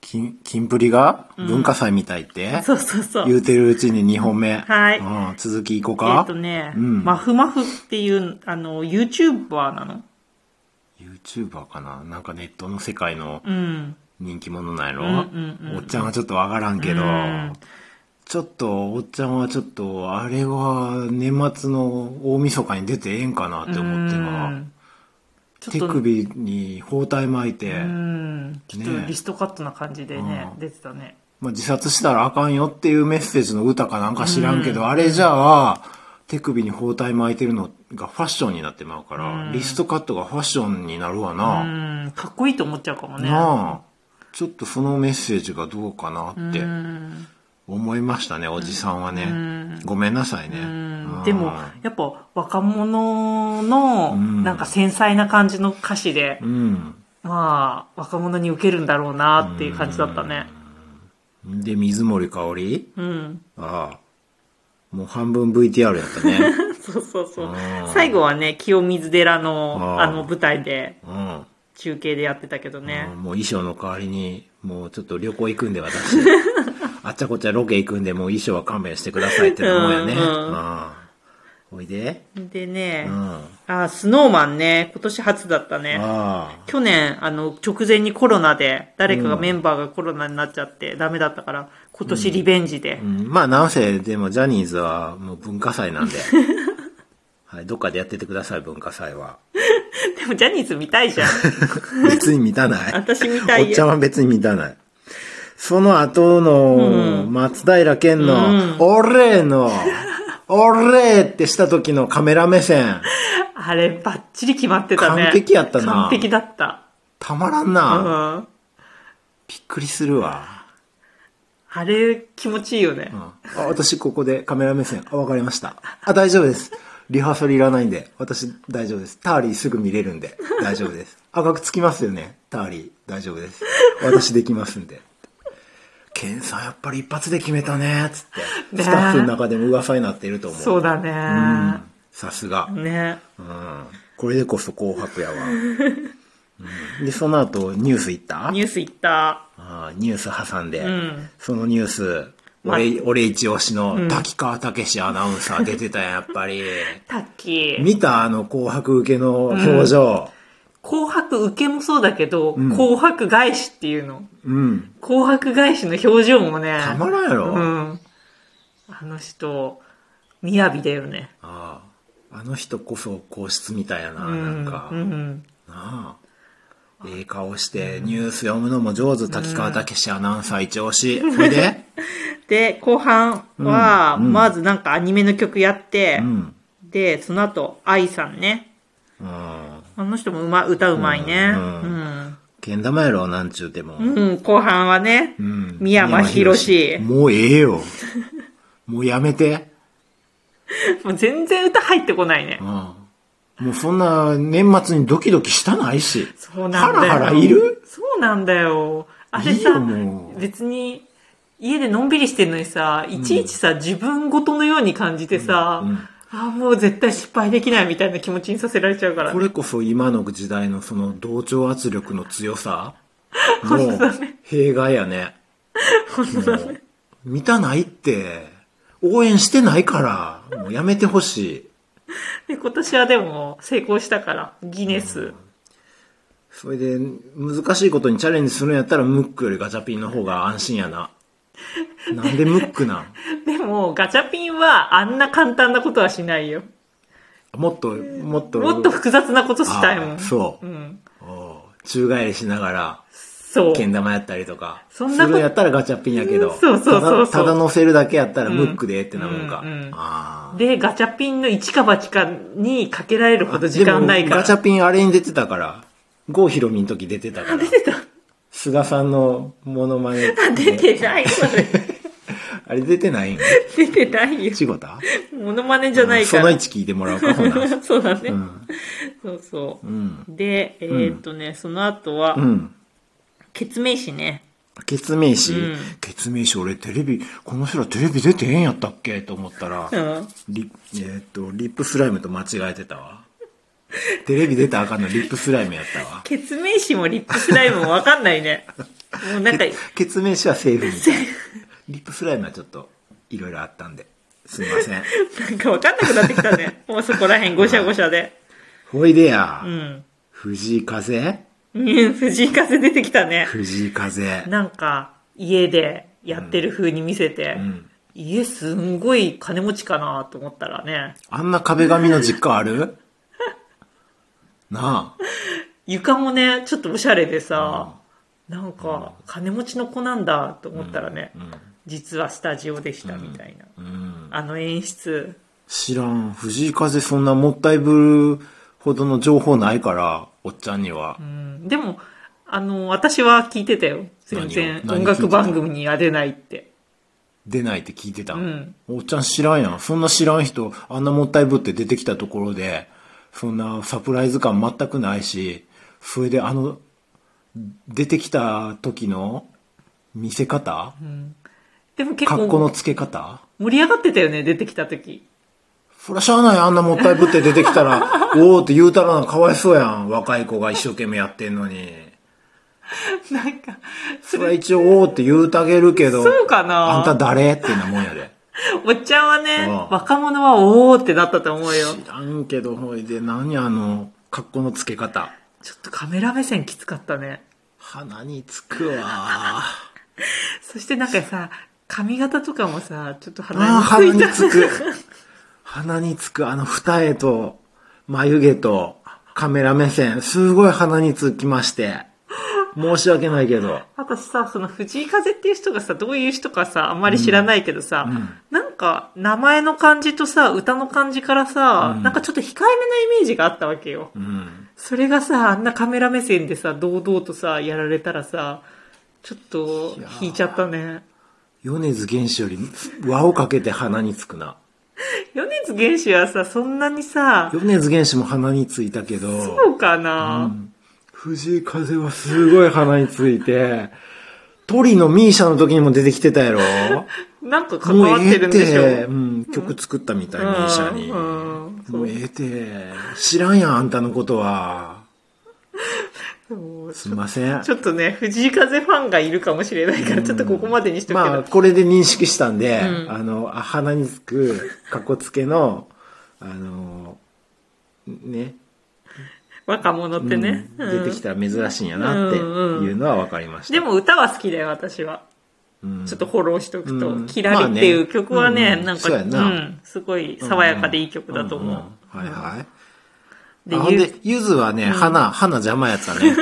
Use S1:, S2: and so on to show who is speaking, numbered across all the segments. S1: 金、金プリが文化祭みたいって、
S2: そうそうそう。
S1: 言うてるうちに2本目。
S2: はい
S1: うん、続きいこう
S2: え
S1: か
S2: っ。とね、
S1: うん
S2: まふまふっていう、あの、YouTuber なの。
S1: YouTuber かななんかネットの世界の
S2: うん。
S1: 人気者なんやろ、
S2: うんうんうん
S1: おっちゃんはちょっとわからんけど、
S2: うん
S1: ちょっと、おっちゃんはちょっと、あれは年末の大晦日に出てええんかなって思って
S2: う
S1: な。
S2: んちょっ
S1: 手
S2: と、
S1: 首に包帯巻いて、
S2: うん。ちょっと
S1: ね
S2: リストカットな感じでね、
S1: うん
S2: 出てたね。
S1: まあ、自殺したらあかんよっていうメッセージの歌かなんか知らんけど、あれじゃあ、手首に包帯巻いてるのがファッションになってまうから、リストカットがファッションになるわ
S2: う
S1: な。
S2: ん。かっこいいと思っちゃうかもね。
S1: なあ。ちょっとそのメッセージがどうかなって
S2: うん。
S1: 思いましたね、おじさんは
S2: う
S1: ね。
S2: ん
S1: ごめんなさいね。う
S2: う
S1: んん
S2: でも、やっぱ若者の、
S1: ん
S2: なんか繊細な感じの歌詞で
S1: う、ん。
S2: まあ、若者に受けるんだろうなっていう感じだったね。
S1: で、水森かおり
S2: うん。
S1: ああ。もう半分 VTR やったね。
S2: そうそうそう
S1: あー。
S2: 最後はね、清水寺の、
S1: あ
S2: あ
S1: ー
S2: の、舞台で、
S1: うん。
S2: 中継でやってたけどね
S1: うん。もう衣装の代わりに、もうちょっと旅行行くんで 私、あっちゃこっちゃロケ行くんで、もう衣装は勘弁してくださいって思うよね。
S2: うんうん
S1: うんおいで。
S2: でね、
S1: うん。あ
S2: あー、スノーマンね、今年初だったね。
S1: あ。
S2: 去年、あの、直前にコロナで、誰かがメンバーがコロナになっちゃって、ダメだったから、今年リベンジで
S1: う。んまあ、なんせ、でもジャニーズはもう文化祭 なんで。はい、どっかでやっててください、文化祭は。
S2: でも、ジャニーズ見たいじゃ ん。
S1: 別に満たない。
S2: 私見たい
S1: おっちゃんは別に満たない。その後の、松平健の、オレーの、オレーってした時のカメラ目線、
S2: あれ、バッチリ決まってたね。
S1: 完璧やったな
S2: 完璧だった。
S1: たまらん
S2: う
S1: な。
S2: ん。
S1: びっくりするわ。
S2: あれ、気持ちいいよね。
S1: うんあ私ここでカメラ目線、あ、わかりました。あ、大丈夫です。リハーサルいらないんで、私大丈夫です。ターリーすぐ見れるんで、大丈夫です。赤くつきますよね、ターリー。大丈夫です。私できますんで。ケンさんやっぱり一発で決めたね、つっ
S2: ね
S1: て。スタッフの中でも噂になっていると思う。
S2: そうだ
S1: うん
S2: ね。
S1: さすが。
S2: ね。
S1: うん。これでこそ紅白やわ。うんで、その後ニュース行った
S2: ニュース行った。
S1: あーニュース挟んで、
S2: ん
S1: そのニュース、
S2: ま
S1: 俺、俺一押しの滝川武史アナウンサー出てたやん、やっぱり。
S2: タッキー。
S1: 見たあの紅白受けの表情。
S2: 紅白受けもそうだけど、紅白返しっていうの。
S1: うん。
S2: 紅白返しの表情もね。
S1: たまらんやろ。
S2: う
S1: あ
S2: ん。あの人、雅だよね。
S1: ああの人こそ皇室みたいやな、なんか。
S2: うんうん。
S1: なあ。ええ顔して、ニュース読むのも上手、滝川武史アナウンサー一押し。ほいで
S2: で、後半は、まずなんかアニメの曲やって、
S1: うん。
S2: で、その後、愛さんね。
S1: うん。
S2: あの人もうま、歌うまいね。う
S1: うん
S2: ん。
S1: けん玉やろ、なんちゅうても。
S2: うん、後半はね、
S1: うん
S2: 宮間博士。
S1: もうええよ。もうやめて。
S2: もう全然歌入ってこないね
S1: うん。。もうそんな年末にドキドキしたないし。
S2: そうなんだよ。
S1: ハラハラいる
S2: そうなんだよ。あれ
S1: いいよ
S2: さ
S1: も、う
S2: 別に、家でのんびりしてんのにさ、いちいちさ、自分ごとのように感じてさ、
S1: うんうん
S2: あーもう絶対失敗できないみたいな気持ちにさせられちゃうから
S1: こ。れこそ今の時代のその同調圧力の強さ。も
S2: 本当
S1: う
S2: だね、
S1: 弊害やね。
S2: 本当だね。
S1: もう満たないって。応援してないから。もうやめてほしい。
S2: で今年はでも成功したから、ギネス。
S1: それで、難しいことにチャレンジするんやったら、ムックよりガチャピンの方が安心やな。なんでムックなん
S2: でも、ガチャピンはあんな簡単なことはしないよ。
S1: もっと、もっと。
S2: もっと複雑なことしたいも
S1: あ
S2: ん。
S1: そう。
S2: うん。
S1: おう宙返りしながら、
S2: そう。
S1: けん玉やったりとか。
S2: そんなこ
S1: す
S2: と
S1: るやったらガチャピンやけど。
S2: うんそうそうそうそう
S1: ただ、ただ乗せるだけやったらムックでってなもんか。
S2: うんうん
S1: あー
S2: で、ガチャピンの一か八かにかけられるほど時間ない
S1: でも
S2: から。
S1: ガチャピンあれに出てたから。郷ひろみの時出てたから
S2: 出。てた
S1: 菅さんのモノマネ。
S2: 出てない、それ。
S1: あれ出てないん
S2: 出てないよ。
S1: ちごた
S2: モノマネじゃない
S1: そ
S2: か
S1: の
S2: ら。
S1: 位置聞いてもらおうか、ほ な。
S2: そうだね。
S1: うん。
S2: そうそう
S1: う。ん。
S2: で、えーっとね、その後は
S1: う、ん。
S2: 決命詞ね。
S1: ケツメイシ
S2: うん。
S1: ケツメイシ俺テレビ、この人らテレビ出てへんやったっけと思ったら
S2: う、ん。
S1: リえーっとリップスライムと間違えてたわテレビ出たらあかんのリップスライムやったわ
S2: 決命詞もリップスライムもわかんないね。もうなんか、
S1: 決面紙はセーフみたいな。リップスライムはちょっと、いろいろあったんで。すみません。
S2: なんかわかんなくなってきたね。もうそこら辺ごしゃごしゃで。
S1: ほいでや、
S2: うん。
S1: 藤井風
S2: うん藤井風出てきたね。
S1: 藤井風。
S2: なんか、家でやってる風に見せて、
S1: ん
S2: 家すんごい金持ちかなと思ったらね、
S1: あんな壁紙の実家あるな
S2: 床もね、ちょっとおしゃれでさ、
S1: あ。
S2: なんか、金持ちの子なんだと思ったらね、実はスタジオでしたみたいな。
S1: うん。うん。
S2: あの演出、
S1: 知らん。藤井風そんなもったいぶるほどの情報ないから、おっちゃんには
S2: う。ん。でも、あの、私は聞いてたよ。全然
S1: 何を
S2: 音
S1: 何聞いてた
S2: 楽番組には出ないって。
S1: 出ないって聞いてた。
S2: ん
S1: おっちゃん知らんやん。そんな知らん人、あんなもったいぶって出てきたところで、そんなサプライズ感全くないし、それであの、出てきた時の見せ方、
S2: でも結
S1: 格好の
S2: 構
S1: つけ方
S2: 盛り上がってたよね、出てき た時。
S1: そりゃしゃあないあんなもったいぶって出てきた ら、おーって言うたらなかわいそうやん。若い子が一生懸命やってんのに。
S2: なんか、
S1: それは一応おーって言うたげるけど、
S2: そうかな
S1: あんた誰ってなもんや で。
S2: おっちゃんはね、
S1: うん
S2: 若者はおーってなったと思うよ。
S1: 知らんけど、ほいで、何あの、格好のつけ方。
S2: ちょっとカメラ目線きつかったね。
S1: 鼻につく わ
S2: そしてなんかさ、髪型とかもさ、ちょっと
S1: あー鼻
S2: 鼻に
S1: に
S2: ついた。
S1: つく。 鼻につく、あの二重と、眉毛と、カメラ目線、すごい鼻につきまして。申し訳ないけど。
S2: 私さ、その藤井風っていう人がさ、どういう人かさ、あんまり知らないけどさ、なんか、名前の感じとさ、歌の感じからさ、なんかちょっと控えめなイメージがあったわけよ。
S1: うん。
S2: それがさ、あんなカメラ目線でさ、堂々とさ、やられたらさ、ちょっと
S1: いやー
S2: 引いちゃったね。
S1: 米津玄師より、輪をかけて鼻につくな。
S2: 米津玄師はさ、そんなにさ、
S1: 米津玄師も鼻についたけど。
S2: そうかな、
S1: 藤井風はすごい鼻について、トリのミーシャの時にも出てきてたやろ
S2: なんか 関
S1: も
S2: わ
S1: う
S2: っ
S1: え
S2: て
S1: え
S2: る
S1: っ
S2: んでしょ
S1: て、うん、曲作ったみたい、ミーシャに。
S2: うんうんそう
S1: もうええて、知らんやん、あんたのことは。
S2: そう
S1: すんません
S2: ち。ょっとね、藤井風ファンがいるかもしれないから、ちょっとここまでにしとくけど、
S1: まあ、これで認識したんで、
S2: うん
S1: あの、あ鼻につく、かっこつけの、あの、ね、
S2: 若者ってね、
S1: う
S2: うんん
S1: 出てきたら珍しいんやなっていうのは分かりました。
S2: でも歌は好きだよ、私は。
S1: うん
S2: ちょっとフォローしとくと、
S1: うん
S2: キラリってい
S1: まあ
S2: う
S1: ね
S2: 曲はね、
S1: うん
S2: なん
S1: そう
S2: か、
S1: やな
S2: うん、すごい爽やかでいい曲だと思う。
S1: んんはいはい。
S2: で
S1: あほん
S2: ゆ
S1: で、ゆずはね、花、花邪魔やった ね。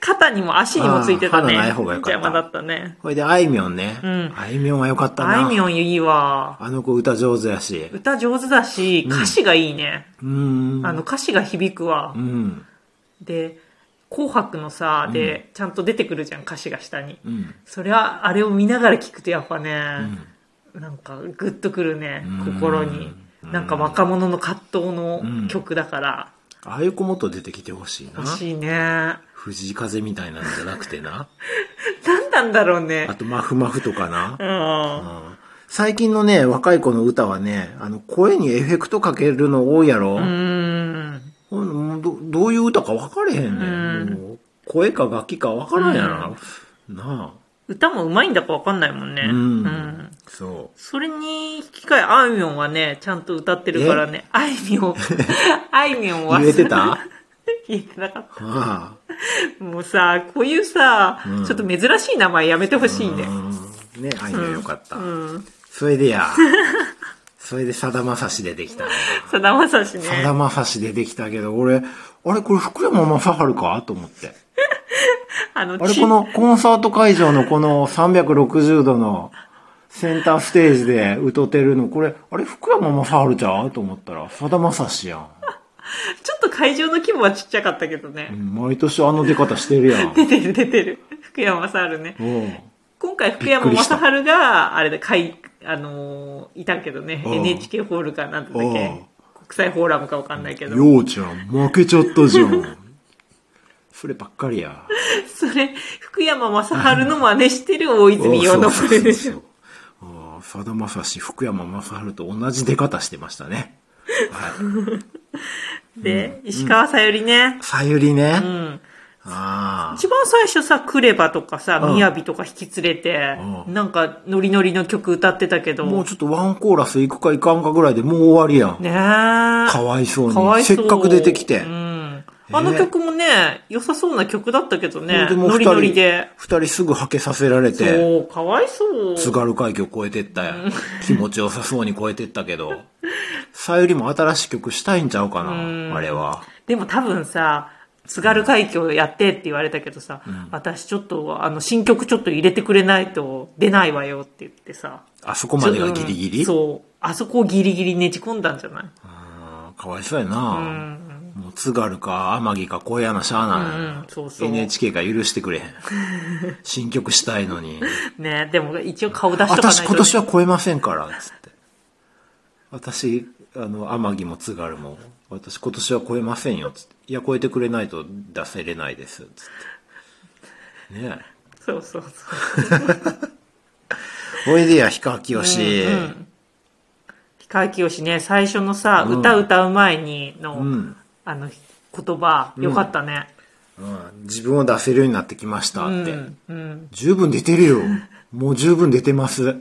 S2: 肩にも足にもついてたね。
S1: あー歯がない方がよかった
S2: 邪魔だったね。
S1: これで、あいみょんね。
S2: ん
S1: あいみょんは良かったな。
S2: あいみょんいいわ。
S1: あの子歌上手やし。
S2: 歌上手だし、歌詞がいいね。
S1: うーん。
S2: あの歌詞が響くわ
S1: う。ん。
S2: で、紅白のさ、で、ちゃんと出てくるじゃん、歌詞が下に。
S1: うん。
S2: それは、あれを見ながら聞くとやっぱね、なんかグッとくるね、心に。なんか若者の葛藤の曲だから、
S1: ああいう子もっと出てきてほしいな
S2: 欲。しいね。なん
S1: 藤井風みたいなのじゃなくてな。
S2: なんだろうね
S1: あ。と、まふまふとかな
S2: う。。
S1: うんん最近のね、若い子の歌はね、あの、声にエフェクトかけるの多いやろ。
S2: うん。
S1: ほんもうどどういう歌か分かれへんねん。
S2: うん
S1: もう声か楽器か分からんやろ。な
S2: 歌も上手いんだかわかんないもんね。
S1: あ。
S2: うん。
S1: そう。
S2: それに引き換え、あいみょんはね、ちゃんと歌ってるからね。あいみ ょん。あいみょんは。
S1: 言えてた
S2: 言えてなかった。
S1: あ
S2: もうさ、こういうさ、
S1: うん
S2: ちょっと珍しい名前やめてほしい
S1: あ。
S2: ね。
S1: ね、あいみょんよかった。
S2: うん。
S1: それで や、それでさだまさし出てきたね。
S2: さだまさしね。
S1: さだまさし出てきたけど、俺、あれこれ福山雅治かと思って。
S2: あの、
S1: あれ
S2: ち
S1: このコンサート会場のこの360度のセンターステージで歌ってるの、これ、あれ福山雅治ちゃうと思ったら、さだまさしやん。
S2: ちょっと会場の規模はちっちゃかったけどね。
S1: うん毎年あの出方してる やん。
S2: 出てる出てる。福山雅治ね。
S1: おう
S2: 今回福山
S1: びっくり
S2: 雅
S1: した
S2: 治が、あれで、かい、あのーいたけどね。
S1: うん
S2: NHK ホールかなんだっけ。
S1: うん
S2: 国際フォーラムかわかんないけど。
S1: ようちゃん、負けちゃったじゃん。そればっかりや。
S2: それ、福山雅治の真似してる大泉洋
S1: そう
S2: の
S1: そうそ
S2: そ
S1: う
S2: れ
S1: そ
S2: で
S1: う
S2: しょ。
S1: ああさだまさし、福山雅治と同じ出方してましたね。はい。
S2: で、石川さゆりね。
S1: さゆりね。
S2: うん。
S1: あ
S2: 一番最初さ、クレバとかさ、
S1: うん
S2: みやびとか引き連れて、
S1: うん
S2: なんかノリノリの曲歌ってたけ
S1: あ。
S2: ど、
S1: もうちょっとワンコーラス行くか行かんかぐらいでもう終わりやん。
S2: ね え。
S1: かわいそうに。
S2: かわいそ
S1: せ
S2: う
S1: っかく出てきて。
S2: うん。
S1: え
S2: あの曲もね、良さそうな曲だったけどね、
S1: でもう二
S2: ノリ
S1: 人
S2: ノリで。
S1: 二人すぐはけさせられて、
S2: そう、かわいそう。
S1: 津軽海峡越えてったやん。気持ちよさそうに越えてったけど、 さゆりも新しい曲したいんちゃうか
S2: うん
S1: な、あれは。
S2: でも多分さ、津軽海峡やってって言われたけどさ、私ちょっと、あの、新曲ちょっと入れてくれないと出ないわよって言ってさ。
S1: あそこまでがギリギ
S2: うん
S1: リ
S2: そう。あそこをギリギリねじ込んだんじゃない
S1: うんかわいそうや
S2: う
S1: な。
S2: ん。
S1: もう津軽か天城か小やなしゃあ
S2: うんう
S1: なん
S2: そう
S1: い。
S2: そう
S1: NHK が許してくれへ ん。新曲したいのに。
S2: ねでも一応顔出しとかないと、
S1: 私
S2: ね。
S1: 今年は超えませんから、つって。私、あの、天城も津軽も、私今年は超えませんよ、つって。いや、超えてくれないと出せれないです、つって。ね
S2: そうそうそう。
S1: え。おいでや、ヒカキヨシ。
S2: うん氷川きよしね、最初のさ、
S1: うん
S2: 歌歌う前にの、
S1: うん
S2: あの、言葉、よかったね。
S1: うん自分を出せるようになってきました、
S2: う
S1: っ
S2: ん。
S1: て。
S2: うん。
S1: 十分出てるよ。もう十分出てます。
S2: で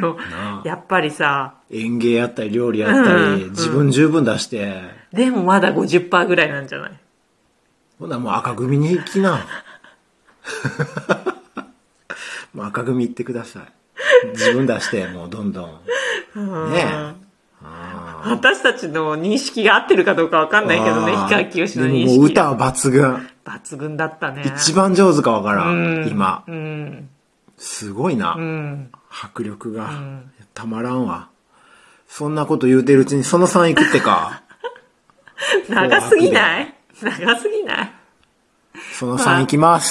S2: も
S1: なあ、
S2: やっぱりさ、
S1: 園芸やったり、料理やったり、
S2: うん
S1: 自分十分出して、
S2: でもまだ50%ぐらいなんじゃない
S1: ほな、もう赤組に行きな。 もう赤組行ってください。自分出して、もうどんどん。ねえ。あ
S2: 私たちの認識が合ってるかどうかわかんないけどね、
S1: あー
S2: 氷川きよしの認
S1: で
S2: 識。
S1: ももう歌は抜群。
S2: 抜群だったね。
S1: 一番上手かわから
S2: うん
S1: ん、今。
S2: うん。
S1: すごいな。
S2: うん。
S1: 迫力が、
S2: ん
S1: たまらんわ。そんなこと言うてるうちにその3行くってか。
S2: 長すぎない長すぎない
S1: その3行きます。